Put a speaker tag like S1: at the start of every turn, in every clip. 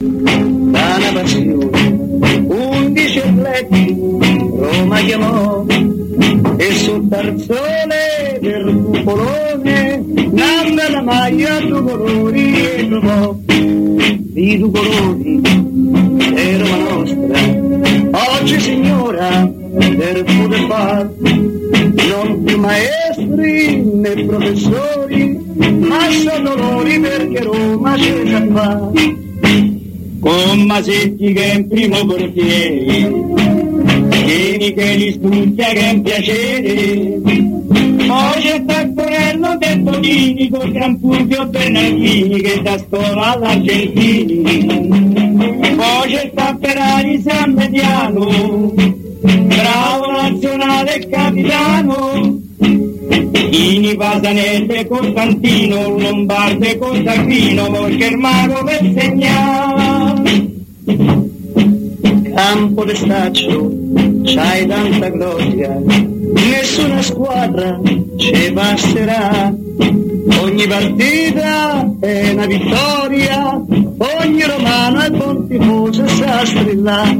S1: Dana Bacio, undici atleti, Roma chiamò, e sul tarzone del cupolone, nanna la maglia due colori e trovò, di due colori, e Roma nostra, oggi signora, per pure far, non più maestri né professori, ma sono loro perché Roma c'è già fa con Masetti che è in primo portiere, Chini che li studia che è un piacere, poi c'è Tacquarello del Tonini con Gran Fulvio Bernardini che da scuola all'Argentini, poi c'è Tapperari San Mediano, bravo nazionale e capitano, Ini Pasanelle, Costantino, Lombarde, Cosagrino, Volchermano per segnare. Campo d'estaccio, c'hai tanta gloria, nessuna squadra ci basterà. Ogni partita è una vittoria, ogni romano è buon tifoso e sa strillare.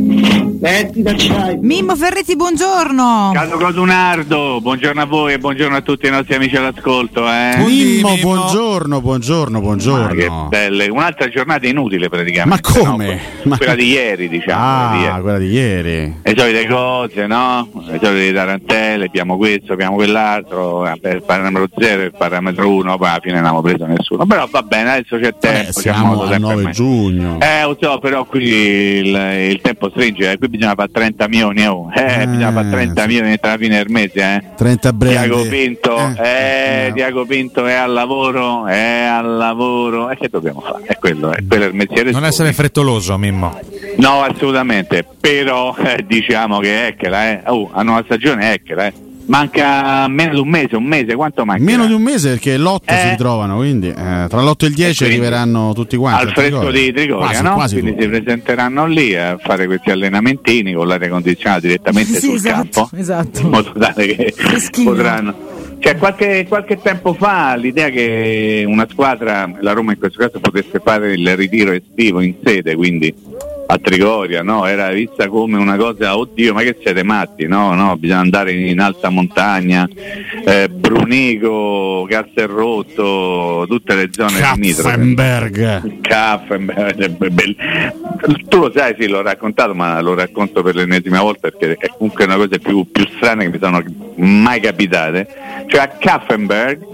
S1: Metti d'acciaio.
S2: Mimmo Ferretti, buongiorno.
S3: Carlo Codunardo, buongiorno a voi e buongiorno a tutti i nostri amici all'ascolto. Eh.
S4: Mimmo, buongiorno, buongiorno,
S3: Ah, che
S4: buongiorno.
S3: belle. Un'altra giornata inutile
S4: Ma
S3: praticamente.
S4: come?
S3: no?
S4: Ma-
S3: Quella di ieri, diciamo. quella di
S4: Ah,
S3: ieri. Eh,
S4: quella di ieri.
S3: Le solite cose, no? Le solite tarantelle, abbiamo questo, abbiamo quell'altro, eh, per il parametro 0 il parametro 1, poi alla fine non abbiamo preso nessuno. Però va bene, adesso c'è tempo. c'è
S4: Eh, siamo
S3: modo
S4: al
S3: sempre
S4: 9
S3: meglio.
S4: giugno.
S3: Eh, lo so, però qui il, il tempo stringe, eh, qui bisogna fare 30 milioni, oh. eh,
S4: Eh,
S3: bisogna fare 30
S4: sì.
S3: milioni tra la fine del mese, eh.
S4: 30 breve.
S3: Diago Pinto, eh, Diago Pinto è al lavoro, è al lavoro, e che dobbiamo fare? È quello, è quello è il mestiere.
S5: Non
S3: suo.
S5: essere frettoloso, Mimmo.
S3: No, assolutamente, però eh, diciamo che Ecchela, eh. oh, hanno una stagione Ecchela, eh. manca meno di un mese, un mese, quanto manca?
S4: Meno di un mese perché l'8 si
S3: Eh.
S4: ritrovano, quindi eh, tra l'8 e il 10
S3: quindi
S4: arriveranno tutti quanti.
S3: al
S4: a
S3: fresco di Trigoria,
S4: quasi,
S3: no?
S4: quasi
S3: quindi
S4: tutti.
S3: si presenteranno lì a fare questi allenamentini con l'aria condizionata direttamente
S2: Sì,
S3: sul
S2: esatto,
S3: campo,
S2: esatto.
S3: in modo tale che
S2: Freschino.
S3: potranno. Cioè, qualche, qualche tempo fa l'idea che una squadra, la Roma in questo caso, potesse fare il ritiro estivo in sede, quindi a Trigoria, no? era vista come una cosa, oddio, ma che siete matti, no, no, bisogna andare in alta montagna, eh, Brunico, Castelrotto, tutte le zone limitrofe.
S4: Kaffenberg.
S3: Kaffenberg, è be- bell- tu lo sai, sì, l'ho raccontato, ma lo racconto per l'ennesima volta perché è comunque una cosa più, più strana che mi sono mai capitate. Cioè a Kaffenberg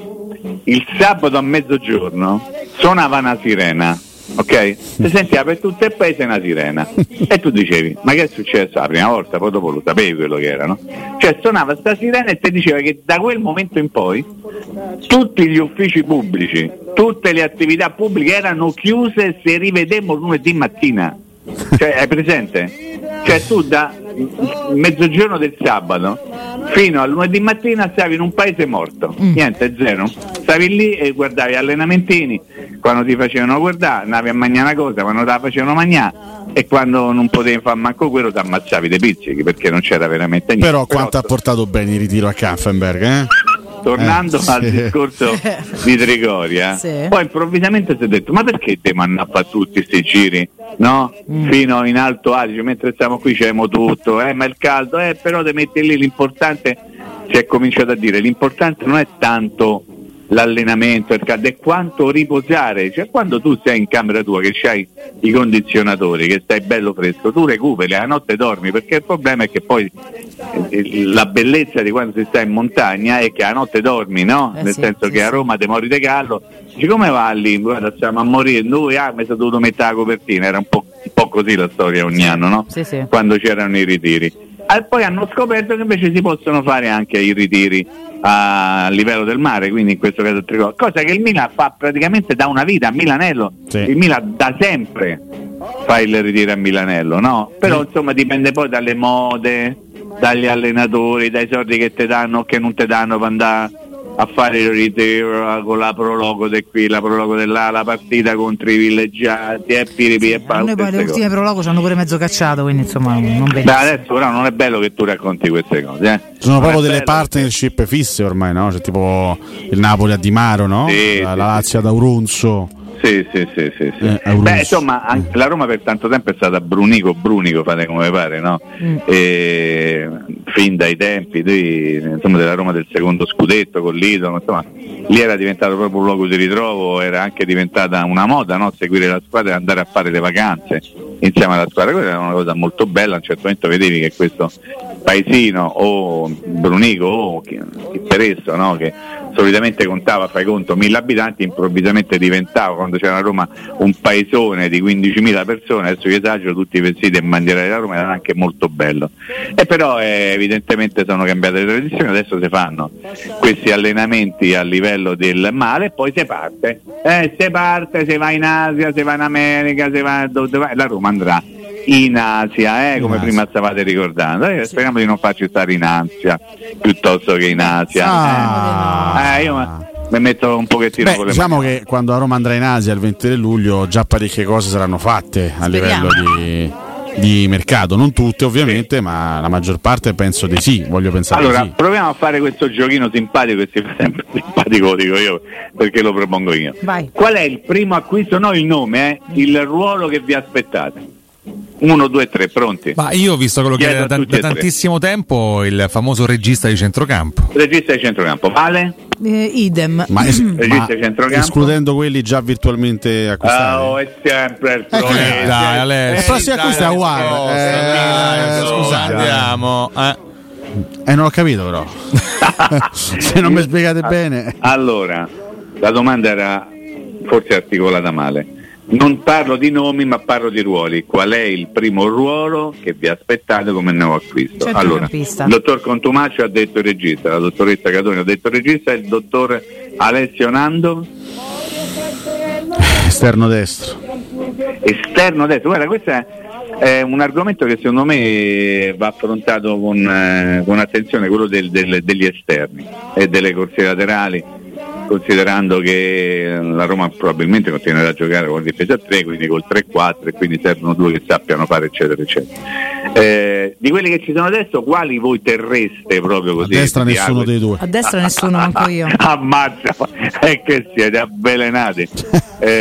S3: il sabato a mezzogiorno suonava una sirena, ok? Si sentiva per tutto il paese una sirena. E tu dicevi, ma che è successo la prima volta? Poi dopo lo sapevi quello che era, no? Cioè suonava sta sirena e ti diceva che da quel momento in poi tutti gli uffici pubblici, tutte le attività pubbliche erano chiuse se rivedemmo lunedì mattina. Cioè, è presente? Cioè tu da mezzogiorno del sabato fino a lunedì mattina stavi in un paese morto,
S4: Mm.
S3: niente, zero. Stavi lì e guardavi allenamentini, quando ti facevano guardare, andavi a mangiare una cosa, quando te la facevano mangiare e quando non potevi fare manco quello ti ammazzavi dei pizzichi perché non c'era veramente niente.
S4: Però quanto ha
S3: to-
S4: portato bene il ritiro a Kaffenberg, eh?
S3: tornando
S4: Eh, sì.
S3: al discorso di Trigoria,
S2: Sì.
S3: poi improvvisamente si è detto: Ma perché devo andare a fare tutti questi giri? No? Fino in alto Adige, mentre siamo qui c'emo tutto, eh, ma il caldo, eh, però te metti lì l'importante si è cominciato a dire l'importante non è tanto l'allenamento, il caldo, è quanto riposare, cioè quando tu sei in camera tua che c'hai i condizionatori, che stai bello fresco, tu recuperi, la notte dormi, perché il problema è che poi eh, la bellezza di quando si sta in montagna è che la notte dormi, no?
S5: Eh
S3: Nel
S5: sì,
S3: senso
S5: sì,
S3: che a
S5: sì.
S3: Roma te mori di caldo, dici come va lì? Guarda, stiamo a morire, noi, ah, mi sono dovuto mettere la copertina, era un po', un po' così la storia ogni anno, no?
S5: Sì, sì.
S3: quando c'erano i ritiri. E poi hanno scoperto che invece si possono fare anche i ritiri a livello del mare, quindi in questo caso a Tricolo, cosa che il Milan fa praticamente da una vita a Milanello.
S4: Sì.
S3: Il Milan da sempre fa il ritiro a Milanello, no? Però insomma dipende poi dalle mode, dagli allenatori, dai soldi che ti danno o che non ti danno per andare a fare il ritiro con la prologo di qui, la prologo di là, la partita contro i villeggiati e piripi e
S2: A
S3: pa-
S2: noi poi le
S3: queste cose.
S2: ultime prologo ci hanno pure mezzo cacciato, quindi insomma non
S3: Beh,
S2: benissimo.
S3: adesso però non è bello che tu racconti queste cose, eh.
S4: Sono
S3: Non
S4: proprio
S3: è
S4: delle
S3: bello.
S4: partnership fisse ormai, no? C'è tipo il Napoli a Di Maro, no?
S3: Sì,
S4: la,
S3: sì,
S4: la Lazio ad Auronzo.
S3: Sì, sì, sì, sì, sì.
S4: Eh, Aurus.
S3: Beh, insomma, an- la Roma per tanto tempo è stata Brunico, Brunico, fate come pare, no? E, fin dai tempi di- insomma, della Roma del secondo scudetto con l'Idolo, insomma, lì era diventato proprio un luogo di ritrovo, era anche diventata una moda, no? Seguire la squadra e andare a fare le vacanze insieme alla squadra, quella era una cosa molto bella, a un certo momento vedevi che questo Paesino o Brunico o chi, chi per esso, no? che solitamente contava, fai conto, 1000 abitanti, improvvisamente diventava quando c'era a Roma un paesone di 15.000 persone, adesso io esagero, tutti vestiti in bandiera della Roma, era anche molto bello. E però eh, evidentemente sono cambiate le tradizioni, adesso si fanno questi allenamenti a livello del male e poi si parte, eh, se parte, se va in Asia, se va in America, se va dove va, la Roma andrà in Asia, eh, come
S4: In Asia.
S3: prima stavate ricordando. Eh, speriamo di non farci stare in Asia piuttosto che in Asia.
S4: Ah.
S3: Eh, io ma- mi metto un pochettino
S4: Beh,
S3: con le
S4: diciamo
S3: mani.
S4: che quando a Roma andrà in Asia il 23 luglio già parecchie cose saranno fatte a
S5: Speriamo.
S4: livello di, di mercato, non tutte ovviamente, ma la maggior parte penso di sì, voglio pensare
S3: Allora,
S4: di sì.
S3: proviamo a fare questo giochino simpatico che si fa sempre simpatico, lo dico io, perché lo propongo io.
S2: Vai.
S3: Qual è il primo acquisto? No, il nome, eh, il ruolo che vi aspettate. Uno, due, tre, pronti?
S6: Ma io ho visto quello che
S3: Chiedo
S6: era
S3: a
S6: da,
S3: tutti
S6: da
S3: e tre.
S6: tantissimo tempo il famoso regista di centrocampo.
S3: Regista di centrocampo, vale?
S2: Eh, idem.
S4: Ma, es-
S3: Regista
S4: ma
S3: centrocampo?
S4: escludendo quelli già virtualmente acquistati.
S3: Oh, è sempre il
S4: Ecco,
S3: solito.
S6: dai,
S4: Eh,
S6: Alessio.
S4: però sì, a questa è uguale.
S6: dai,
S4: Eh,
S6: dai,
S4: scusate.
S6: andiamo. eh.
S4: Eh, non ho capito però. Se non mi spiegate bene.
S3: Allora, la domanda era forse articolata male. Non parlo di nomi, ma parlo di ruoli. Qual è il primo ruolo che vi aspettate come nuovo acquisto? allora,
S2: Centrocampista.
S3: il dottor Contumacio ha detto il regista, la dottoressa Catoni ha detto il regista, il dottor Alessio Nando, Ah.
S4: Esterno destro.
S3: esterno destro. Guarda, questo è, è un argomento che secondo me va affrontato con, eh, con attenzione, quello del- del- degli esterni e delle corsie laterali, considerando che la Roma probabilmente continuerà a giocare con difesa 3, quindi col 3-4 e quindi servono due che sappiano fare eccetera eccetera. Eh, di quelli che ci sono adesso, quali voi terreste proprio
S4: A
S3: così?
S4: destra
S3: di
S4: nessuno
S3: ago-
S4: dei due.
S2: A destra nessuno, manco io.
S3: Ammazza, è che siete avvelenati.
S4: Eh,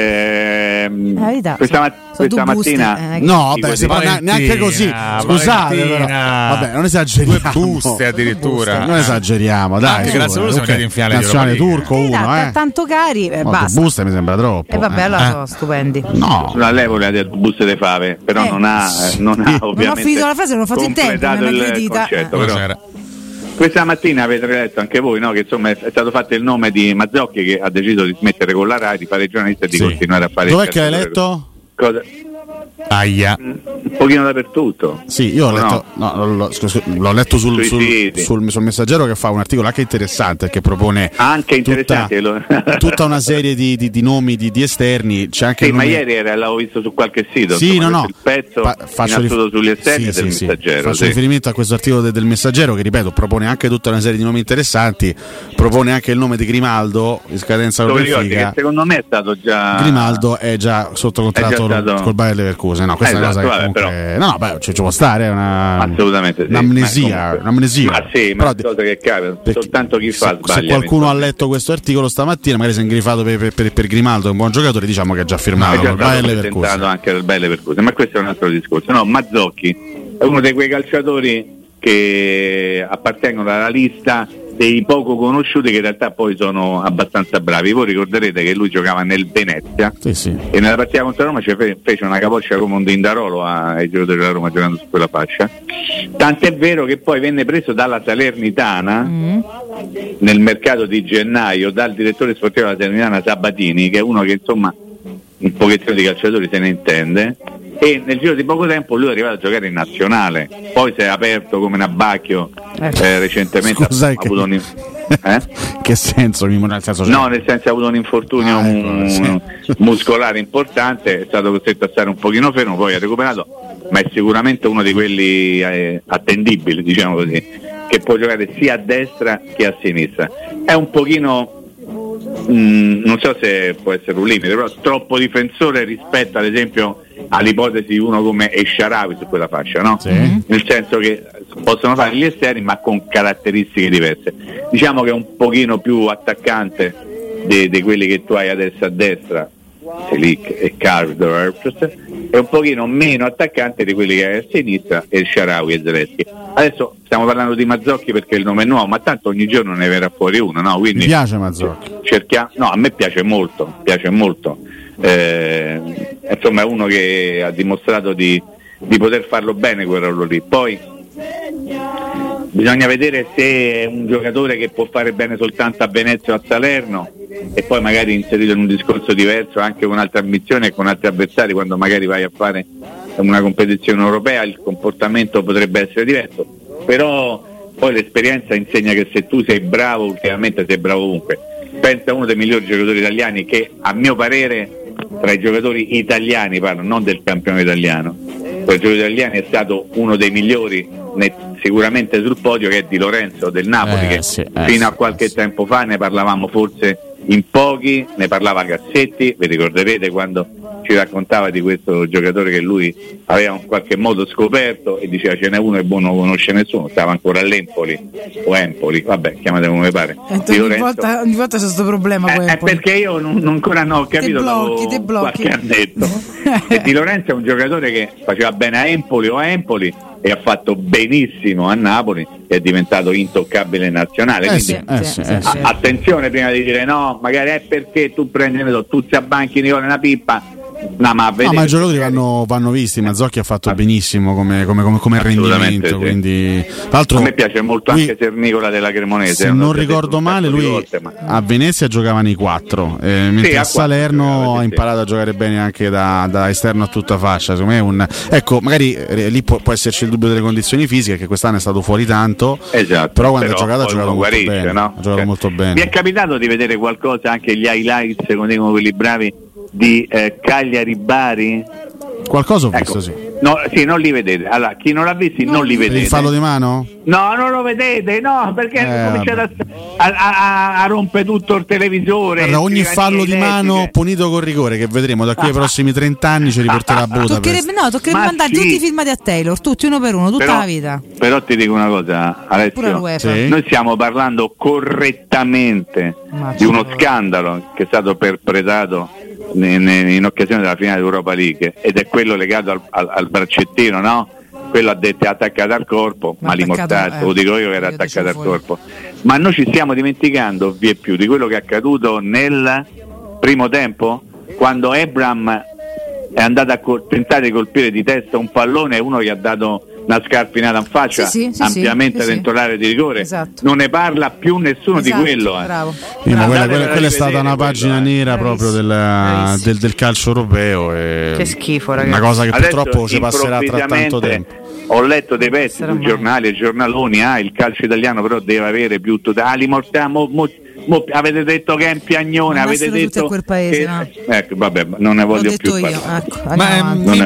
S3: Ehm,
S2: La verità,
S3: questa, ma-
S2: sono
S3: questa
S2: due buste,
S3: mattina
S2: eh,
S4: No, vabbè,
S3: Dico,
S4: si
S3: dico,
S4: parla
S6: Valentina,
S4: neanche così. Scusate, però.
S6: Valentina.
S4: vabbè, non
S6: eh, Due
S4: esageriamo.
S6: buste addirittura.
S4: Non esageriamo, dai.
S6: Anche
S4: su,
S6: grazie a loro
S4: eh,
S6: siamo
S4: ok.
S6: arrivati in finale di
S4: Nazionale
S6: Europa League.
S4: turco
S2: Eh,
S4: uno,
S2: dai,
S4: eh.
S2: Tanto cari, eh,
S4: No, due
S2: basta.
S4: buste mi sembra troppo.
S2: E vabbè,
S4: eh.
S2: allora sono stupendi.
S4: No.
S3: sulla levola del bus de fave, però
S2: Eh.
S3: non ha,
S4: Sì.
S3: non
S4: Non
S3: ha
S4: ho
S3: ovviamente
S2: finito la frase, l'ho fatto in tempo,
S3: completato
S2: mi hanno
S3: il
S2: aggredita.
S3: concetto,
S4: Eh,
S6: Non
S3: però.
S4: certo.
S6: c'era.
S3: Questa mattina avete letto anche voi no, che insomma è stato fatto il nome di Mazzocchi che ha deciso di smettere con la RAI, di fare il giornalista e di
S4: Sì.
S3: continuare a fare il
S4: Dov'è che hai
S3: calciatore.
S4: letto?
S3: Cosa?
S6: Aia.
S3: Un pochino dappertutto.
S4: Sì, io ho
S3: No.
S4: letto, no, l'ho- l'ho- scusa, l'ho letto sul,
S3: Sui
S4: sul-
S3: siti.
S4: sul- sul messaggero che fa un articolo anche interessante che propone
S3: Anche interessante,
S4: tutta,
S3: lo-
S4: tutta una serie di, di- di nomi di, di esterni. C'è anche
S3: Sì,
S4: il
S3: ma
S4: nome-
S3: ieri era, l'avevo visto su qualche sito.
S4: Sì,
S3: insomma,
S4: no, no.
S3: questo è Il pezzo
S4: Pa- rif-
S3: innanzitutto sugli esterni
S4: Sì,
S3: del
S4: sì, sì.
S3: messaggero.
S4: Faccio
S3: sì.
S4: riferimento a questo articolo de- del messaggero che, ripeto, propone anche tutta una serie di nomi interessanti. Propone anche il nome di Grimaldo in scadenza
S3: Te lo ricordi che
S4: qualifica.
S3: secondo me è stato già.
S4: Grimaldo è già sotto contratto
S3: Ah. È già stato-
S4: col Bayer Leverkusen. No, questa è una cosa
S3: Esatto,
S4: che
S3: vabbè,
S4: comunque. No, no, beh, ci, ci può stare. È una...
S3: Assolutamente sì. Ma
S4: Un'amnesia.
S3: comunque-
S4: un'amnesia.
S3: Ma sì, ma
S4: Però
S3: è una cosa che capita,
S4: perché
S3: soltanto chi fa sbaglia,
S4: se, se qualcuno ha
S3: eventualmente.
S4: letto questo articolo stamattina, magari si è ingrifato per, per- per- per Grimaldo, che è un buon giocatore, diciamo che ha già
S3: è
S4: firmato
S3: già
S4: col Bayer
S3: stato presentato
S4: Leverkusen.
S3: anche dal Belle Percuse, ma questo è un altro discorso. No, Mazzocchi è uno di quei calciatori che appartengono alla lista dei poco conosciuti che in realtà poi sono abbastanza bravi. Voi ricorderete che lui giocava nel Venezia
S4: Sì, sì.
S3: e nella partita contro Roma ci fe- fece una capoccia come un dindarolo a- ai giocatori della Roma giocando su quella fascia. Tant'è vero che poi venne preso dalla Salernitana nel mercato di gennaio dal direttore sportivo della Salernitana Sabatini, che è uno che insomma un pochettino di calciatori se ne intende. E nel giro di poco tempo lui è arrivato a giocare in nazionale, poi si è aperto come un abbacchio
S2: Ecco.
S3: eh, recentemente.
S4: Scusa,
S3: ha
S4: che-
S3: avuto un in- eh?
S4: che senso, Mimmo? Nel senso, cioè,
S3: No, nel senso ha avuto un infortunio
S4: Ah, ecco,
S3: mm,
S4: sì.
S3: muscolare importante, è stato costretto a stare un pochino fermo, poi ha recuperato, ma è sicuramente uno di quelli eh, attendibili, diciamo così, che può giocare sia a destra che a sinistra. È un pochino, mm, non so se può essere un limite, però troppo difensore rispetto ad esempio all'ipotesi di uno come Esciaravi su quella fascia, no?
S4: Sì.
S3: nel senso che possono fare gli esterni ma con caratteristiche diverse. Diciamo che è un pochino più attaccante di, di quelli che tu hai adesso a destra, Selic e Cardo Herbst, è un pochino meno attaccante di quelli che hai a sinistra e Sharawi e Zelensky. Adesso stiamo parlando di Mazzocchi perché il nome è nuovo, ma tanto ogni giorno ne verrà fuori uno, no?
S4: mi
S3: Quindi
S4: piace Mazzocchi.
S3: cerchiamo. No, a me piace molto, piace molto. Eh, insomma, è uno che ha dimostrato di, di poter farlo bene quel ruolo lì. Poi bisogna vedere se è un giocatore che può fare bene soltanto a Venezia o a Salerno e poi magari inserito in un discorso diverso anche con altre ambizioni e con altri avversari quando magari vai a fare una competizione europea il comportamento potrebbe essere diverso però poi l'esperienza insegna che se tu sei bravo ultimamente sei bravo ovunque pensa a uno dei migliori giocatori italiani che a mio parere tra i giocatori italiani parlo non del campione italiano per Giulio Italiani è stato uno dei migliori ne- sicuramente sul podio che è Di Lorenzo del Napoli
S4: Eh,
S3: che
S4: sì, eh,
S3: fino a
S4: sì,
S3: qualche
S4: eh, sì.
S3: tempo fa ne parlavamo forse in pochi, ne parlava Cassetti, vi ricorderete quando ci raccontava di questo giocatore che lui aveva in qualche modo scoperto e diceva ce n'è uno e boh non lo conosce nessuno, stava ancora all'Empoli o Empoli, vabbè chiamate come pare.
S2: Eh,
S3: Di
S2: ogni,
S3: Lorenzo-
S2: volta, ogni volta c'è questo problema.
S3: eh,
S2: con
S3: eh,
S2: Empoli.
S3: perché io non, non ancora non ho capito
S2: blocchi,
S3: dopo
S2: te blocchi.
S3: qualche annetto e Di Lorenzo è un giocatore che faceva bene a Empoli o a Empoli e ha fatto benissimo a Napoli e è diventato intoccabile nazionale
S4: Eh
S3: quindi
S4: sì, eh sì, eh
S3: a-
S4: sì.
S3: attenzione prima di dire no magari è perché tu prendi ne so, tu ti abbanchi Nicola una pippa no ma, a
S4: No,
S3: vedere-
S4: Ah, ma i giocatori vanno, vanno visti. Mazzocchi ha fatto benissimo come, come, come, come
S3: Assolutamente
S4: rendimento.
S3: sì.
S4: Quindi, tra l'altro,
S3: a me piace molto
S4: lui-
S3: anche Sernicola della Cremonese
S4: Se non
S3: l'ho già detto
S4: ricordo
S3: un sacco
S4: male,
S3: di
S4: lui
S3: volte, ma-
S4: a Venezia giocava nei quattro, eh, mentre
S3: a
S4: a
S3: quattro giocava,
S4: Salerno
S3: sì,
S4: ha
S3: sì.
S4: imparato a giocare bene anche da, da esterno a tutta fascia. Secondo me è un... Ecco, magari eh, lì può, può esserci il dubbio delle condizioni fisiche, che quest'anno è stato fuori tanto,
S3: Esatto,
S4: però quando ha giocato ha
S3: poi
S4: giocato
S3: uno
S4: molto
S3: guarisce,
S4: bene.
S3: no?
S4: Ha giocato
S3: Cioè,
S4: molto
S3: Mi è
S4: bene.
S3: capitato di vedere qualcosa, anche gli highlights, come dicono quelli bravi, di eh, Cagliari Bari?
S4: Qualcosa ho
S3: Ecco.
S4: visto, sì.
S3: No, sì, non li vedete. Allora, chi non l'ha visti non li
S4: Per il
S3: vedete.
S4: fallo di mano?
S3: No, non lo vedete, no, perché
S4: Eh,
S3: hanno cominciato a, a- a- a rompere tutto il televisore.
S4: Guarda, ogni
S3: Scrivanie
S4: fallo di mano
S3: elettriche.
S4: punito con rigore, che vedremo da qui ai prossimi 30 anni, ci riporterà a Budapest.
S2: Toccherebbe, no, toccherebbe
S3: Ma
S2: mandare
S3: sì.
S2: tutti i filmati a Taylor, tutti uno per uno, tutta
S3: Però-
S2: la vita.
S3: Però ti dico una cosa,
S2: Pure
S3: Alessio.
S2: l'UEFA.
S4: Sì.
S3: Noi stiamo parlando correttamente
S2: Ma
S3: di uno
S2: certo.
S3: scandalo che è stato perpetrato ne- ne- in occasione della finale d'Europa League ed è quello legato al, al- al braccettino, no? Quello ha detto attaccato al corpo,
S2: Ma
S3: ma
S2: attaccato-
S3: limortato,
S2: eh,
S3: lo dico io che era
S2: io dicevo
S3: attaccato al
S2: fuori.
S3: corpo. Ma noi ci stiamo dimenticando vi è più di quello che è accaduto nel primo tempo quando Ebram è andato a col- tentare di colpire di testa un pallone e uno gli ha dato una scarpinata in faccia
S2: Sì, sì, sì,
S3: ampiamente
S2: sì, sì.
S3: dentro l'area di rigore.
S2: Esatto.
S3: Non ne parla più nessuno
S2: Esatto,
S3: di quello. eh.
S2: Bravo.
S4: Sì, ma
S2: bravo.
S4: quella,
S3: Andate
S4: quella-
S3: a
S4: quella è stata
S3: rivedere
S4: una
S3: quello,
S4: pagina
S3: eh.
S4: nera
S2: Bravissimo,
S4: proprio del,
S2: bravissimo.
S4: del- del calcio europeo. e-
S5: Che schifo, ragazzi.
S4: Una cosa che
S3: Adesso,
S4: purtroppo ci passerà tra tanto
S3: improvvisamente,
S4: tempo.
S3: Ho letto dei pezzi
S5: Sarà
S3: sui
S5: mai.
S3: giornali e giornaloni, ah, il calcio italiano però deve avere più totali mortali. Mo, mo- mo- avete detto che è un piagnone, avete
S2: Andassero tutti
S3: detto
S2: a quel paese,
S3: che-
S2: no?
S3: Ecco, vabbè, non ne
S2: L'ho
S3: voglio più
S2: detto io.
S3: parlare. ehm, eh,
S2: Ecco, andiamo
S6: Ma
S2: avanti.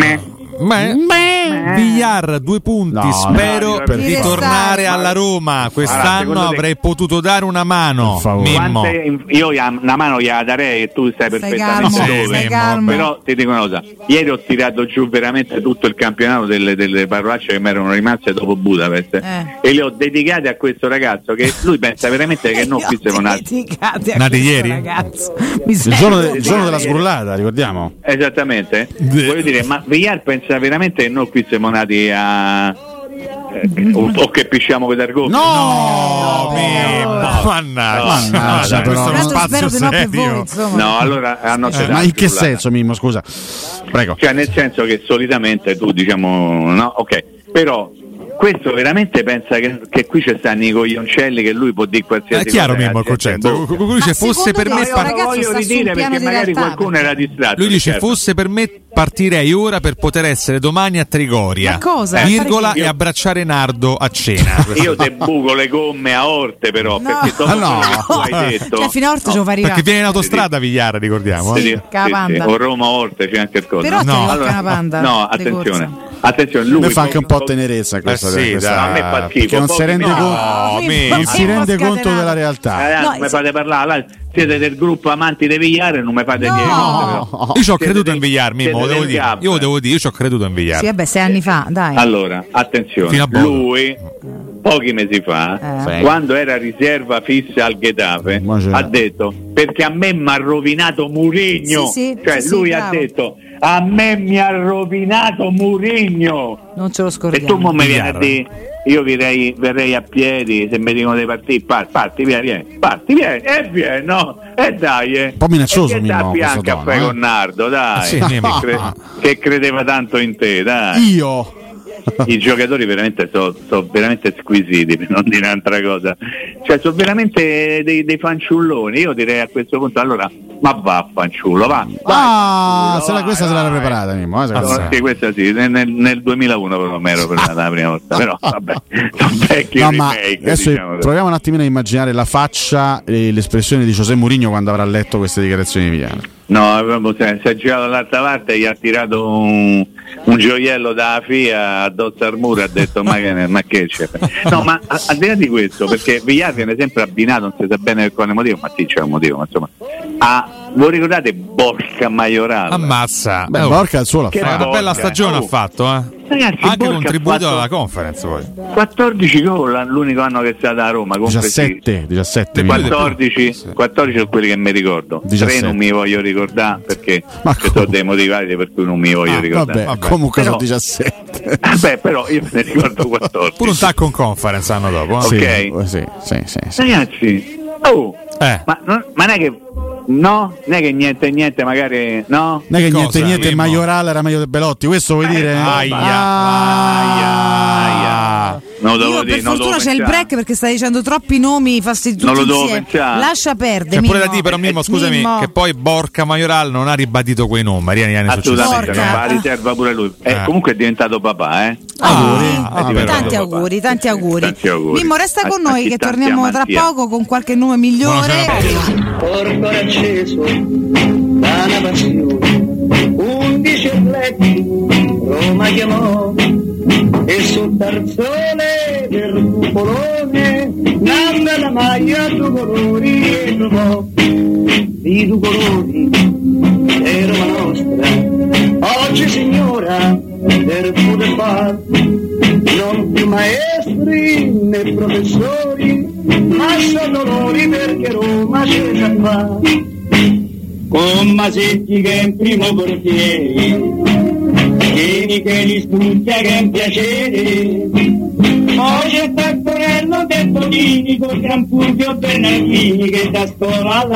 S6: Mimmo,
S3: Meh.
S6: ma Villar due punti.
S4: No,
S6: Spero
S3: no,
S4: per
S6: di
S2: favore.
S6: tornare alla Roma.
S3: Guarda,
S6: Quest'anno
S3: secondo te-
S6: avrei potuto dare una mano.
S4: Per favore.
S6: Mimmo.
S3: Quante- io gli- una mano gliela darei e tu sai
S2: Stai
S3: perfettamente
S2: calmo,
S6: No,
S3: dove.
S2: stai
S6: Mimmo,
S2: calmo.
S3: Però ti dico una cosa, ieri ho tirato giù veramente tutto il campionato delle, delle parolacce che mi erano rimaste dopo Budapest
S2: Eh.
S3: e le ho dedicate a questo ragazzo che lui pensa veramente che non qui siamo nati.
S2: Dedicate a
S6: Nati
S2: questo
S6: ieri?
S2: Ragazzo. Mi
S4: Il
S2: sento-
S4: giorno, de- il giorno della sgrullata, ricordiamo?
S3: Esattamente,
S6: De-
S3: voglio dire, ma Villar pensa veramente che noi qui siamo nati a... eh, o, o che pisciamo con l'argomento.
S4: No,
S6: Oh, Mannaggia,
S4: Mannaggia, però.
S6: dai, questo è uno
S2: Tanto spero
S6: spazio
S2: di no che voi,
S6: serio.
S2: insomma.
S3: No, allora hanno
S4: Eh, ma in che senso, Mimmo? Scusa, prego.
S3: Cioè, nel senso che solitamente tu diciamo no, ok, però questo veramente pensa che, che qui ci stanno i coglioncelli che lui può dire
S6: È
S3: qualsiasi cosa. eh, cioè, boh.
S6: chiaro Mimmo
S3: Mimmo
S6: il concetto. Lui dice
S2: secondo
S6: fosse per
S2: te,
S6: me
S2: eh,
S6: par-
S2: ragazzi,
S3: voglio
S2: sta su un
S3: ridire
S2: piano
S3: perché
S2: di
S3: magari
S2: realtà,
S3: qualcuno era distratto.
S6: Lui dice
S3: certo.
S6: fosse per me partirei ora per poter essere domani a Trigoria.
S2: Ma cosa?
S6: Virgola
S3: Io-
S6: e abbracciare Nardo a cena.
S3: Io te buco le gomme a orte però, perché dopo
S4: Ah, no.
S3: quello che tu hai detto.
S2: Cioè, fino a Orte ci arriva.
S6: Perché viene in autostrada Vigliara, ricordiamo.
S3: Sì,
S6: eh.
S3: sì,
S2: Cavanda.
S3: sì, O Roma Orte c'è anche il coso.
S2: Però
S3: no,
S2: ti
S6: No.
S2: tocca
S3: Allora,
S2: una banda.
S3: no,
S2: di
S3: attenzione.
S2: corsa.
S3: Attenzione, lui
S4: Mi fa anche un po'
S3: tenere
S4: tenerezza questa,
S6: sì,
S4: questa-
S6: dai.
S3: a me fa schifo,
S4: perché non si
S3: pochi
S4: rende
S3: minuti.
S4: conto,
S6: No,
S2: Mimmo,
S6: Mimmo.
S4: non
S5: Eh,
S4: si
S2: Mimmo
S4: rende conto
S2: scatenato.
S4: della realtà.
S3: Ragazzi,
S2: No,
S3: eh, non mi
S2: es-
S3: fate parlare, là, siete del gruppo amanti dei Vigliare, non mi fate dire cose, però.
S6: Io ci ho creduto
S3: dei-
S6: in Vigliar, Mimmo,
S3: siete
S6: lo devo
S3: dei
S6: dire.
S3: gabber.
S6: Io lo devo dire, io ci ho creduto in Vigliar.
S2: Sì, vabbè, sei anni fa, dai.
S3: Allora,
S6: Fino
S3: attenzione,
S6: a Bodo.
S3: lui pochi mesi fa,
S4: Eh. Sì.
S3: quando era riserva fissa al Getafe,
S4: Ma c'è-
S3: ha detto perché a me mi ha rovinato Murigno.
S2: Sì, sì,
S3: cioè
S2: sì,
S3: lui
S2: sì,
S3: ha
S2: bravo.
S3: detto a me mi ha rovinato Murigno.
S2: Non ce lo
S3: E tu
S2: scordiamo.
S3: mo mi vieni a
S6: Chiaro.
S3: dire io virei- verrei a piedi se mi dicono di partire, par- parti, vieni, vieni, parti, vieni, e vieni, no, e dai. eh.
S4: po' minaccioso,
S3: e che
S4: Mimmo,
S3: tappi
S4: questo
S3: anche a
S4: tono,
S3: fare
S4: eh.
S3: con Nardo, dai,
S6: Sì, Mimmo.
S3: che, cre- che credeva tanto in te, dai
S4: Io.
S3: i giocatori veramente sono veramente squisiti per non dire un'altra cosa cioè sono veramente dei, dei fanciulloni io direi a questo punto allora ma va fanciullo va
S4: Ah,
S3: vai,
S4: se la- questa se
S3: vai,
S4: l'era
S3: vai.
S4: preparata, Mimmo. eh, secondo
S3: Allora,
S4: me.
S3: sì, questa sì, nel, nel- nel 2001 però mi ero preparata la prima volta, però vabbè, sono vecchi
S4: No, ma
S3: remake,
S4: adesso
S3: diciamo così.
S4: proviamo un attimino a immaginare la faccia e l'espressione di José Mourinho quando avrà letto queste dichiarazioni di Vigliano.
S3: No, proprio, cioè, si è girato dall'altra parte e gli ha tirato un, un gioiello dalla FIA addosso al muro e ha detto ma che, ma che c'è? No, ma a- al di là di questo, perché Villar viene sempre abbinato, non si sa bene per quale motivo, ma sì c'è un motivo, ma insomma. A, voi ricordate Borca Maiorana?
S4: Ah,
S6: Ammazza.
S4: Beh,
S6: Eh, oh.
S4: Borca il suo l'ha
S3: Che
S6: Fa
S4: fatto.
S6: una bella
S3: Borca,
S6: stagione
S3: eh.
S6: ha fatto, eh.
S3: Ragazzi, Borca
S6: Anche
S3: ha
S6: contribuito
S3: fatto
S6: alla conference poi.
S3: 14 gol l'unico anno che è stata a Roma, compresi
S4: 17, 17
S6: Sì,
S4: Mimmo.
S3: 14, 14 sono quelli che mi ricordo, 3
S4: 17.
S3: non mi voglio ricordare perché
S4: Ma
S3: ci sono
S4: come?
S3: dei motivati per cui non mi voglio
S4: Ah,
S3: ricordare.
S4: vabbè,
S6: Vabbè.
S4: comunque sono
S3: Però-
S4: 17.
S3: Vabbè, Ah, però io me ne ricordo 14.
S6: Pure un tacco in conference l'anno dopo. eh.
S3: Ok.
S4: Sì, sì, sì, sì.
S3: Ragazzi, oh,
S6: Eh.
S3: ma, non, ma non è che no, non è che niente, niente, magari no.
S4: Non è che niente,
S6: Cosa,
S4: niente,
S6: Mimmo?
S4: Maiorale era meglio del Belotti, questo
S3: Eh,
S4: vuoi dire?
S6: aia,
S4: Ah.
S3: Aia, non lo devo
S2: Io
S3: dire,
S2: per
S3: non lo
S2: fortuna c'è
S3: devo
S2: il
S3: pensare.
S2: break perché stai dicendo troppi nomi fastidiosi.
S3: Non lo
S2: tutti
S3: devo
S2: insieme.
S3: pensare.
S2: Lascia perdere.
S3: eh,
S6: C'è pure da
S2: Mimmo. eh,
S6: dire, però Mimmo, scusami,
S2: Mimmo.
S6: che poi Borca Majoral non ha ribadito quei numeri eh, negli anni
S3: Assolutamente,
S6: successivi.
S3: no,
S2: Porca.
S3: ma riserva pure lui. Eh,
S6: Eh.
S3: Comunque è diventato papà, eh.
S2: Auguri.
S6: Ah,
S3: è diventato
S2: tanti
S3: papà.
S2: auguri,
S3: Sì,
S2: tanti
S3: sì,
S2: auguri.
S3: tanti auguri.
S2: Mimmo, resta con
S3: A- a
S2: noi
S3: chi
S2: che
S3: tanti
S2: torniamo tra
S3: amanti eh? ha.
S2: poco con qualche nome migliore.
S6: Buonasera.
S1: Portore acceso da una passione, undici atleti Roma chiamò e sul tarzone del cupolone nanna la maglia due colori e trovò di due colori e Roma nostra oggi signora per poter far non più maestri né professori, ma sono loro perché Roma c'è già qua. Con Masetti che è in primo portiere, Chieni che li studia che è un piacere, poi c'è Tattorello De Bonini con Gran Fulvio Bernardini che da scuola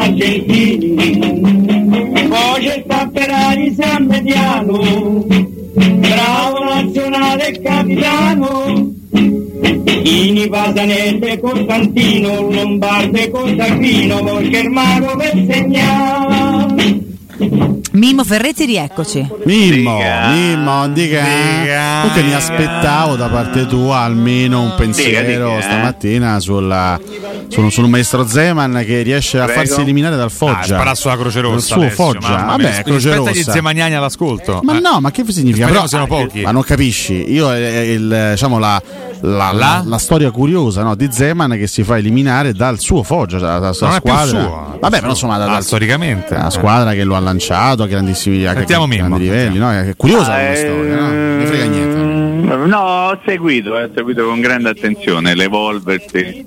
S1: all'Argentini, poi c'è Tapperari San Mediano, bravo nazionale capitano Ini Pasanelle Costantino Lombarde Costagrino Morchermano per segnare
S2: Mimmo Ferretti, rieccoci.
S4: Mimmo,
S3: Dica.
S4: Mimmo, dica.
S6: Dica.
S4: Comunque mi aspettavo da parte tua almeno un pensiero
S6: eh.
S3: dica.
S4: stamattina sulla, sul, sul maestro Zeman che riesce a
S3: Prego.
S4: farsi eliminare dal
S6: Ah,
S4: Foggia.
S6: spara sulla Croce
S4: Dal
S6: Rossa.
S4: suo
S6: Alessio,
S4: Foggia.
S6: mamma mia.
S4: Vabbè, Croce
S6: Rispetta gli
S4: Rossa.
S6: Zemagnani all'ascolto.
S4: Ma
S6: Eh,
S4: no, ma che significa?
S6: Speriamo
S4: Però,
S6: siano pochi.
S4: Ma non capisci, io eh, il, eh, diciamo la, la- la- la storia curiosa no, di Zeman che si fa eliminare dal suo Foggia, da, da- da
S6: Non è più
S4: squadra.
S6: suo.
S4: Vabbè, però insomma, da,
S6: Ah,
S4: da-
S6: storicamente.
S4: la squadra che lo ha lanciato a grandissimi a
S6: Sentiamo
S4: grandi
S6: Mimmo, eh,
S4: livelli, no? È curiosa
S3: Ah,
S4: come storia, no? Non ne frega niente.
S3: ehm, No, ho seguito, eh, ho seguito con grande attenzione l'evolversi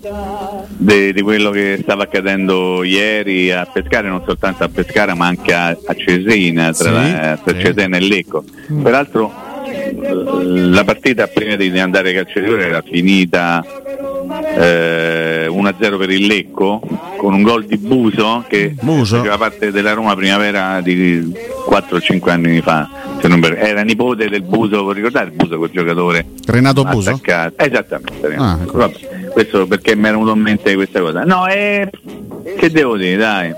S3: de- di quello che stava accadendo ieri a Pescara, non soltanto a Pescara ma anche a, a Cesena, tra
S4: Sì,
S3: la- tra
S4: sì.
S3: Cesena e Lecco. Peraltro eh, la partita prima di andare ai calciatori era finita eh, 1-0 per il Lecco con un gol di Buso che
S4: Buso?
S3: faceva parte della Roma primavera di 4-5 anni fa se non per- era nipote del Buso ricordate Buso quel giocatore
S6: Ah,
S4: Renato Buso?
S3: attaccato esattamente Renato.
S4: Ah, ecco.
S3: Vabbè, questo perché mi era venuto in mente questa cosa no eh, che devo dire dai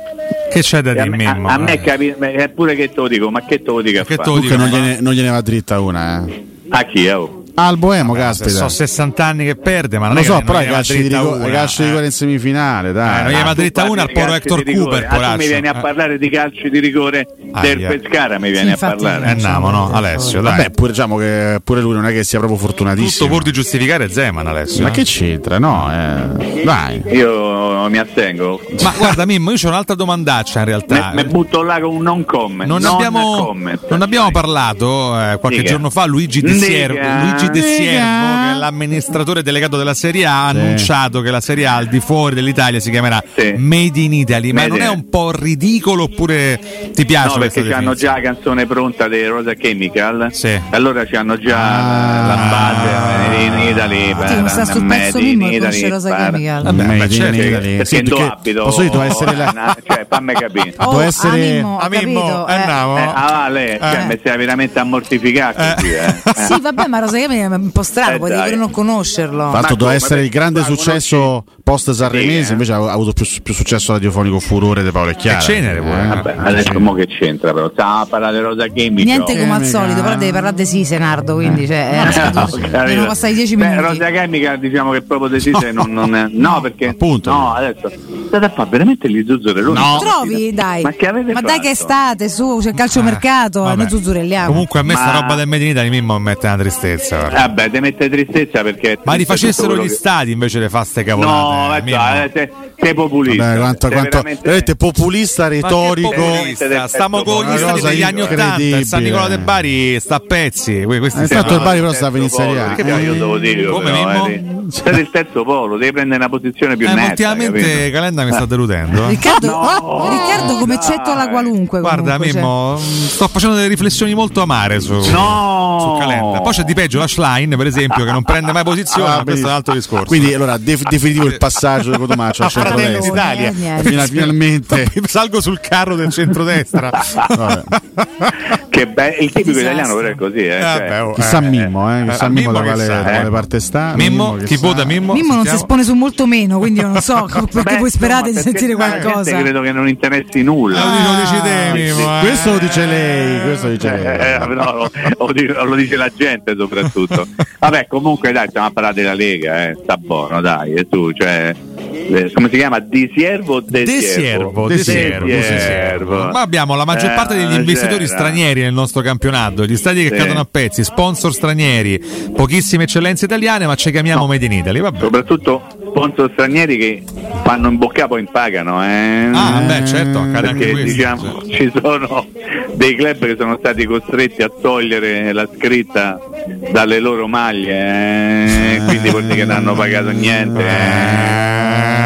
S6: Che c'è da
S3: E a
S6: dire,
S3: me,
S6: Mimmo?
S3: a, a me
S6: eh?
S3: capi- è pure che te lo dico ma che te lo dico a
S6: Che te
S3: fare?
S6: lo
S4: Comunque
S6: dico,
S4: non
S6: ma-
S4: gliene, non gliene va dritta una, eh.
S3: a chi eh, oh?
S4: Ah, il Boemo,
S6: Se
S4: caspita.
S6: so 60 anni che perde, ma non
S4: Lo
S6: è
S4: so,
S6: che
S4: però i
S6: non
S4: calci di rigore, i calci di rigore in semifinale,
S6: Eh, non
S4: dai.
S6: gli va dritta
S3: Ah, Tu
S6: una al
S3: parli di
S6: poro
S3: calci di
S6: Hector
S3: rigore.
S6: Cooper,
S3: Ah, tu mi
S6: poraccio.
S3: vieni a
S6: Eh.
S3: parlare di calci di rigore del
S6: Aia.
S3: Pescara, mi vieni a
S2: infatti,
S3: parlare.
S6: Eh, andiamo, no? Alessio, dai.
S4: Vabbè, pure, diciamo che pure lui non è che sia proprio
S6: Tutto
S4: fortunatissimo.
S6: pur di giustificare Zeman, Alessio.
S4: Ma
S6: eh.
S4: che c'entra? No, eh. Dai.
S3: Io mi astengo.
S6: Ma guarda, Mimmo, io ho un'altra domandaccia in realtà.
S3: Mi butto là con un non comment.
S6: Eh, Non, abbiamo,
S3: comment.
S6: non abbiamo parlato eh, qualche
S3: Dica.
S6: giorno fa Luigi De
S3: Dica.
S6: Siervo, Luigi De
S4: Dica.
S6: Siervo, che è l'amministratore delegato della Serie A, ha
S4: Sì.
S6: annunciato che la Serie A al di fuori dell'Italia si chiamerà
S3: Sì.
S6: Made in Italy. Ma
S3: Made
S6: non
S3: in-
S6: è un po' ridicolo oppure ti piace?
S3: No,
S6: questa
S3: perché hanno già
S6: definizione?
S3: la canzone pronta dei Rosa Chemical.
S6: Sì.
S3: Allora ci hanno già
S4: Ah.
S3: la base eh, in Italy.
S2: Sì, mi sta sul pezzo Mimmo che conosce Rosa Chemical.
S6: Vabbè,
S4: Made
S6: ma
S4: in
S6: certo,
S4: Italy.
S3: Perché
S4: Sì,
S3: tu
S4: perché-
S3: abito.
S4: Posso dire, doveva essere la...
S3: Cioè, fammi capire.
S4: può essere-
S2: Amimmo, Oh, ho
S6: Ah, Mimmo,
S2: capito,
S6: eh,
S2: eh.
S6: andiamo.
S3: Eh, ah, lei, cioè,
S6: Eh.
S3: mi stai veramente a mortificare così, eh. Eh.
S2: Sì, vabbè, ma Rosa Chemical è un po' strano,
S3: Eh,
S2: puoi
S3: dai.
S2: pure non conoscerlo.
S4: Tra
S3: Ma
S4: l'altro
S3: come?
S4: doveva essere il
S3: Perché
S4: grande
S3: la conosci?
S4: successo post Sanremese,
S3: Sì, eh.
S4: invece ha ha avuto più, più successo radiofonico Furore di Paolo e Chiara.
S6: cenere, pure,
S4: Eh,
S3: Vabbè, adesso mo che c'entra però? Sta parla di Rosa Chemical.
S2: Niente come al
S4: Chemical.
S2: solito, però devi parlare di sì, Senardo, quindi cioè,
S3: Eh,
S2: era scaduto. Erano passati dieci
S3: Beh,
S2: minuti.
S3: Rosa Chemical diciamo che proprio di Sisera non, non è- No, perché.
S4: Appunto.
S3: No, adesso. State a fare veramente gli zuzzurelloni.
S6: No.
S2: Trovi, dai.
S3: Ma che avete
S2: dai che è
S3: fatto?
S2: estate, su, c'è il calciomercato,
S6: Ah, Vabbè.
S2: eh, non zuzzurelliamo.
S6: Comunque a me sta
S3: Ma-
S6: roba del Made in Italy Mimmo mi mette una tristezza. guarda.
S3: Vabbè, ti mette tristezza perché.
S6: Ma
S3: tutto
S6: rifacessero
S3: quello
S6: gli
S3: che-
S6: stadi invece le faste cavolate.
S3: No,
S6: eh,
S3: ecco,
S6: Mimmo.
S3: eh, sei, sei populista.
S4: Vabbè, quanto,
S3: Sei
S4: quanto-
S3: veramente-
S4: veramente populista,
S6: Ma che
S4: retorico.
S3: popoli-
S6: populista, Stiamo con gli
S4: Una
S6: stati
S4: cosa
S6: degli anni Ottanta,
S4: incredibile.
S6: il San Nicola de Bari sta a pezzi. que- Questi
S4: Eh,
S6: siamo-
S4: tanto il Bari però
S3: Ah, Terzo
S4: sta per
S3: polo,
S4: iniziare.
S3: perché Io te lo dico,
S6: Come,
S3: però,
S6: Mimmo?
S3: eh, sei del terzo polo, devi prendere una posizione più
S6: Eh,
S3: netta.
S6: ultimamente
S3: capito?
S6: Calenda mi sta deludendo. eh.
S2: Riccardo, oh,
S3: No,
S2: Riccardo come
S3: dai.
S2: cetto alla qualunque.
S6: Guarda
S2: comunque, cioè.
S6: Mimmo, mh, sto facendo delle riflessioni molto amare su,
S3: No!
S6: su Calenda. Poi c'è di peggio la Schlein, per esempio, che non prende mai posizione,
S4: Ah,
S6: ma questo è un altro discorso.
S4: Quindi allora def-
S6: Ah,
S4: definitivo
S6: eh.
S4: il passaggio cioè, di Cotomaccio al
S6: Fratelli
S4: centrodestra.
S6: d'Italia.
S2: Niente.
S4: Final- finalmente.
S6: Salgo sul carro del centrodestra. Eh,
S4: Vabbè.
S3: Che be- il tipico
S2: Disastro.
S3: italiano però è così, eh. cioè.
S6: Vabbè, oh,
S4: Chissà
S6: eh.
S4: Mimmo, eh, chissà
S6: Eh,
S4: Mimmo da
S6: che
S4: quale,
S6: sa,
S4: da
S6: eh.
S4: quale parte sta.
S6: Mimmo,
S4: che
S6: chi
S4: sa.
S6: vota Mimmo?
S2: Mimmo non si
S6: Sentiamo.
S2: espone su molto meno, quindi io non so perché
S3: Beh,
S2: voi sperate di
S3: insomma,
S2: sentire
S3: perché alla
S2: qualcosa.
S3: gente credo che non interessi nulla.
S6: Lo dico, lo dici te, Mimmo, eh.
S4: Questo lo dice lei, questo lo dice
S3: Eh, no,
S4: lei.
S3: lo, lo dice, lo dice la gente soprattutto. Vabbè, comunque dai, stiamo a parlare della Lega, eh. sta buono, dai, e tu, cioè, eh, come si chiama? Di Siervo o De,
S6: De Siervo, De Siervo, De Siervo. Ma abbiamo la maggior parte degli
S3: Eh,
S6: investitori
S3: c'era.
S6: stranieri nel nostro campionato, gli stadi che
S3: Sì.
S6: cadono a pezzi, sponsor stranieri, pochissime eccellenze italiane, ma ci chiamiamo Made in Italy,
S3: Mm.
S6: vabbè.
S3: Soprattutto sponsor stranieri che fanno in bocca poi impagano, eh.
S6: Ah, beh, certo, accade anche
S3: perché
S6: cioè. questo. certo.
S3: diciamo ci sono dei club che sono stati costretti a togliere la scritta dalle loro maglie eh, quindi vuol dire che non hanno pagato niente eh.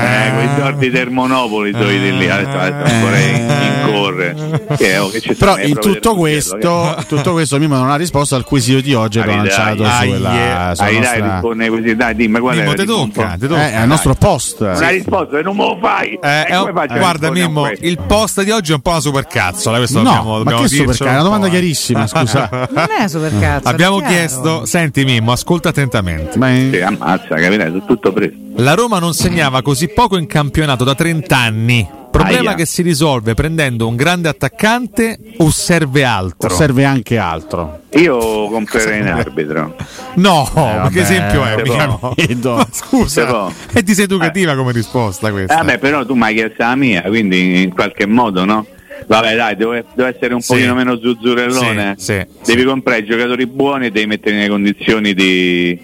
S3: Eh, quei soldi del Monopoli soldi di lì adesso, adesso non vorrei incorrere Che, oh, che ci
S4: Però
S3: sono, è
S4: in
S3: proprio
S4: tutto
S3: del Ruscello,
S4: questo, in tutto questo Mimmo non ha risposto al quesito di oggi che ho
S3: Ai dai,
S4: lanciato
S6: ai
S4: sulla,
S6: dai,
S3: che- Dai,
S4: sulla
S3: dai,
S4: nostra-
S3: risponde così, dai, dimmi qual è
S6: Mimmo,
S3: la
S6: te
S3: risposta?
S6: tocca, te
S4: eh,
S6: tocca.
S4: al nostro post.
S3: Una risposta che non me lo fai.
S6: Eh,
S3: E
S6: è un-
S3: come faccio a
S6: guarda
S3: rispondere a
S6: Mimmo,
S3: questo?
S6: il post di oggi è un po' una supercazzola, questo
S4: No,
S6: dobbiamo,
S4: ma
S6: dobbiamo
S4: che sto perché?
S6: dircelo
S4: È una
S6: un
S4: domanda
S6: po', eh.
S4: chiarissima, scusa.
S2: Non è supercazzo.
S6: Abbiamo
S2: è chiaro.
S6: chiesto, senti Mimmo, ascolta attentamente.
S4: Ma è-
S3: Sì, ammazza, capirai, sono tutto preso.
S6: La Roma non segnava così poco in campionato da 30 anni. Problema
S3: Aia.
S6: che si risolve prendendo un grande attaccante o serve altro?
S4: serve anche altro.
S3: Io comprerei in arbitro.
S6: No,
S3: Eh,
S4: vabbè,
S6: che esempio è?
S4: se può.
S6: Michele? Ma
S3: Se
S6: scusa,
S3: può.
S6: è diseducativa come risposta
S3: Eh,
S6: questa.
S3: Vabbè, però tu mi hai chiesto la mia, quindi in qualche modo, no? Vabbè, dai, devo, devo essere un
S6: Sì.
S3: pochino meno zuzzurellone.
S6: Sì, sì,
S3: devi comprare i giocatori buoni e devi mettere nelle condizioni di,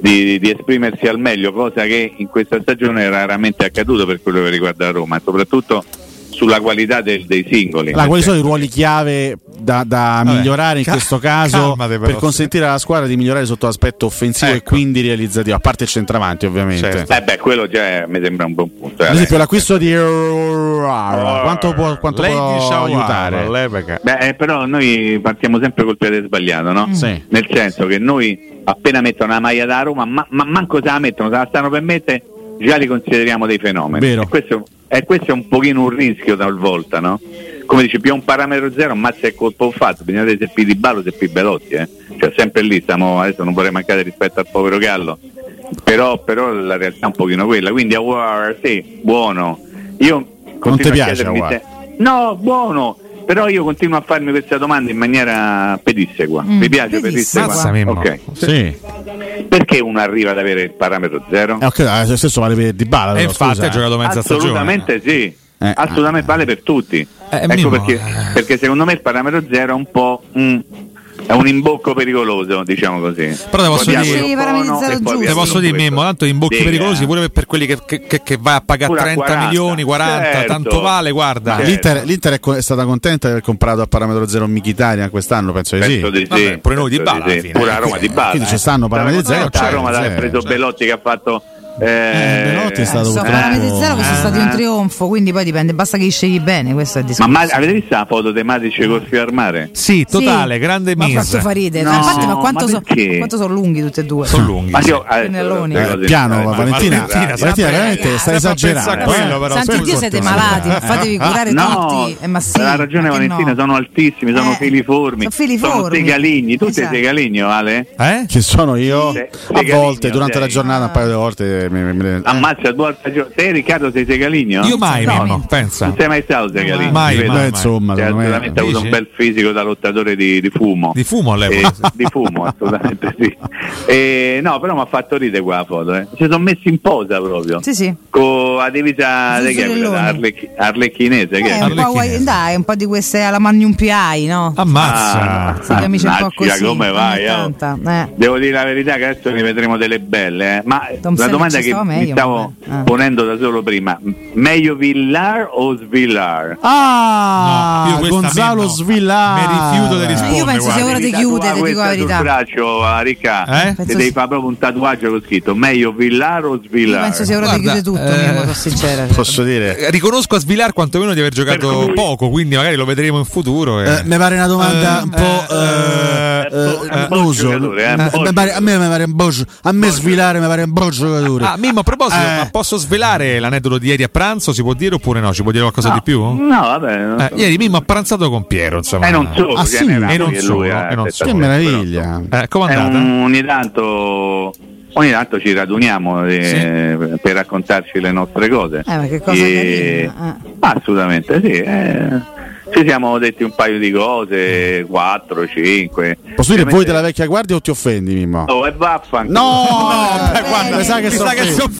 S3: di- di esprimersi al meglio, cosa che in questa stagione è raramente accaduto per quello che riguarda la Roma, soprattutto sulla qualità del- dei singoli.
S4: Allora, quali sono i ruoli chiave da, da
S6: Vabbè,
S4: migliorare in
S6: ca-
S4: questo caso
S6: calmate però,
S4: per
S6: sì.
S4: consentire alla squadra di migliorare sotto l'aspetto offensivo e
S6: Ecco.
S4: quindi realizzativo, a parte il centravanti ovviamente.
S6: Certo.
S3: Eh beh, quello già è- mi sembra un buon punto. eh,
S4: Ad
S3: adesso.
S4: esempio l'acquisto di Aurora, quanto può, quanto
S6: Lady
S4: può
S6: Shawar,
S4: aiutare?
S6: all'epica.
S3: Beh, eh, però noi partiamo sempre col piede sbagliato, no?
S4: Mm. Sì.
S3: Nel senso che noi appena mettono la maglia da Roma, ma, ma- manco se la mettono, se la stanno per mettere, già li consideriamo dei fenomeni.
S4: Vero.
S3: E questo, e questo è un pochino un rischio talvolta, no? Come dice, più un parametro zero, mazza è colpo fatto, bisogna vedere se più di ballo, se più Belotti, eh? Cioè sempre lì, stiamo, adesso non vorrei mancare rispetto al povero Gallo, però, però la realtà è un pochino quella, quindi Awar, sì, buono. Io continuo
S4: ti
S3: a
S4: piace
S3: chiedermi
S4: Aouar?
S3: se- No, buono, però io continuo a farmi questa domanda in maniera pedissequa.
S2: Mm,
S3: Mi piace pedissequa?
S2: pedissequa.
S6: Mazza, Mimmo.
S3: Ok.
S4: Sì,
S3: Perché uno arriva ad avere il parametro zero?
S4: Eh, ok, eh, lo stesso vale per Di Bala.
S6: E infatti ha giocato mezza
S3: Assolutamente sì.
S4: Eh,
S3: Assolutamente vale per tutti. ecco
S6: Mimmo,
S3: perché,
S6: eh.
S3: perché secondo me il parametro zero è un po' un, è un imbocco pericoloso, diciamo così.
S6: Però te
S3: Poi
S6: posso dire-
S3: abbiamo
S6: Sì,
S3: il
S2: parametri
S3: buono
S2: zero
S3: e poi
S2: giusti.
S6: Te
S3: abbiamo
S6: posso
S3: il
S6: dire,
S3: questo.
S6: Mimmo, tanto in bocchi
S3: Sì,
S6: pericolosi
S3: eh.
S6: pure per quelli che, che- che- che vai a pagare
S3: Pure a
S6: 30
S3: 40,
S6: milioni, 40,
S3: certo.
S6: tanto vale, guarda.
S3: Ma-
S4: L'Inter, l'Inter è, co- è stata contenta di aver comprato a parametro zero Mkhitaryan quest'anno, penso di sì.
S3: Penso di
S6: Vabbè,
S3: sì.
S6: pure noi di
S3: penso
S6: Bala alla fine.
S3: Pure a Roma di Bala.
S4: Quindi ci
S3: eh.
S4: stanno parametri
S3: Stava
S4: zero,
S3: contenta
S4: cioè,
S3: a Roma l'ha
S4: zero,
S3: preso
S4: cioè.
S3: Belotti che ha fatto eh,
S4: Eh, Belotti è stato
S2: Sto
S4: purtroppo-
S2: parametri zero che sono
S4: Eh.
S2: stati un trionfo, quindi poi dipende, basta che li scegli bene, questo è il
S3: Ma,
S2: discorso.
S3: ma avete visto la foto tematici col fiore al mare?
S6: Sì, totale,
S2: Sì,
S6: grande
S2: Ma
S6: Miss.
S2: quanto fa ridere,
S3: No,
S2: infatti, ma
S3: ma
S2: quanto, so-
S3: perché?
S2: quanto sono lunghi tutti e due.
S6: Sono lunghi.
S3: Ma
S6: sì.
S3: io adesso-
S2: Pennelloni.
S3: queste
S4: Eh,
S3: cose-
S4: piano,
S3: eh, ma-
S4: Valentina,
S3: ma-
S4: Valentina,
S6: sempre-
S4: veramente stai
S6: sempre a pensare
S4: esagerando,
S6: a quello, Eh,
S4: eh.
S6: però,
S2: Santi
S6: scusa.
S2: Dio siete malati, fatevi curare
S3: No,
S2: tutti. Eh, ma sì,
S3: ha ragione
S2: ma che
S3: Valentina,
S2: no?
S3: sono altissimi, sono
S2: Eh,
S3: filiformi,
S2: sono filiformi.
S3: sono segaligni, tu
S2: Esatto.
S3: sei segaligno Ale?
S6: Eh?
S4: Che sono io
S3: Sì.
S4: a volte
S3: Sì.
S4: durante la
S3: Sì. Ah,
S4: giornata, un paio di volte. mi- mi- mi-
S3: Ammazza due volte al giorno. Sei Riccardo, sei segaligno?
S6: Io mai,
S2: No,
S6: Mimmo,
S2: mi-
S6: pensa.
S3: Non sei mai stato segaligno.
S6: Mai,
S3: ti
S4: Beh,
S3: vedo.
S6: mai.
S4: insomma,
S3: Cioè,
S4: secondo me-
S3: assolutamente ha avuto un
S6: Dici?
S3: bel fisico da lottatore di, di fumo.
S6: Di fumo all'epoca,
S3: Eh,
S6: sì.
S3: di fumo, assolutamente sì. Eh, no, però mi ha fatto ridere qua la foto. Eh. Si sono messi in posa proprio.
S2: Sì, sì.
S3: Con la divisa
S2: Zuzzurelloni.
S3: di che è quella? Arlecchi- arlecchinese.
S2: Eh,
S3: che è?
S2: un po'
S6: Arlecchino.
S2: guai- dai, un po' di queste alla Magnum PI, no?
S6: Ammazza.
S2: Sì, gli amici un po'
S3: Mannaggia,
S2: così,
S3: Ah, come
S2: ogni
S3: vai, oh.
S2: tanta, eh.
S3: Devo dire la verità che adesso ne vedremo delle belle, eh. ma
S2: Tom
S3: la
S2: Selleck
S3: domanda
S2: ci
S3: che
S2: stava
S3: mi
S2: meglio,
S3: stavo
S2: vabbè. Ah.
S3: ponendo da solo prima, m- meglio Villar o Svillar?
S4: Ah,
S6: No, io questa
S4: Gonzalo Eh,
S6: Mimmo,
S4: Svillar.
S6: mi rifiuto di rispondere.
S2: Io penso sia
S6: guarda.
S2: ora di chiudere, ti dico la
S3: sul
S2: verità.
S3: braccio, ah, Ricca,
S6: Eh?
S3: se
S2: Penso
S3: devi
S2: sì.
S3: fare proprio un tatuaggio con scritto meglio Villar o
S2: Io
S3: Svillar?
S2: penso sia ora di
S6: Guarda,
S2: chiudere tutto,
S6: eh,
S2: Mimmo, sono sincera.
S4: Posso dire?
S6: Eh, Riconosco a Svilar quantomeno di aver giocato
S3: cui-
S6: poco, quindi magari lo vedremo in futuro. e-
S4: Eh, mi pare una domanda
S6: Eh,
S4: un po'
S3: eh,
S4: eh, eh,
S3: eh,
S4: noso.
S3: giocatore, eh,
S4: Eh,
S3: buon
S4: mi pare- a me mi pare un bo- a me svilare mi pare un buon giocatore.
S6: Ah, Mimmo, a proposito,
S4: Eh.
S6: ma posso svelare l'aneddoto di ieri a pranzo? Si può dire oppure no? Ci può dire qualcosa di più?
S3: No, vabbè. non
S6: Eh,
S3: so.
S6: ieri Mimmo ha pranzato con Piero, insomma.
S3: Eh, non solo,
S4: Ah,
S3: che
S4: sì?
S3: ne era
S6: E non
S3: lui
S6: solo,
S3: lui, eh,
S6: e non
S3: senza
S6: solo.
S4: che
S3: dubbio,
S4: meraviglia.
S6: Eh, com'è
S3: però. Eh,
S6: andata?
S3: un- ogni tanto... Ogni tanto ci raduniamo eh, per raccontarci le nostre cose.
S2: Eh, ma che cosa
S3: E-
S2: carina, eh.
S3: Ma Assolutamente sì. eh, Ci siamo detti un paio di cose, 4, 5.
S4: Posso dire voi della vecchia guardia o ti offendi, Mimmo?
S3: Oh, e vaffanculo.
S4: No, eh,
S2: beh, guarda,
S4: mi sa che
S6: mi
S4: sono
S6: sa che
S4: offeso.
S6: sono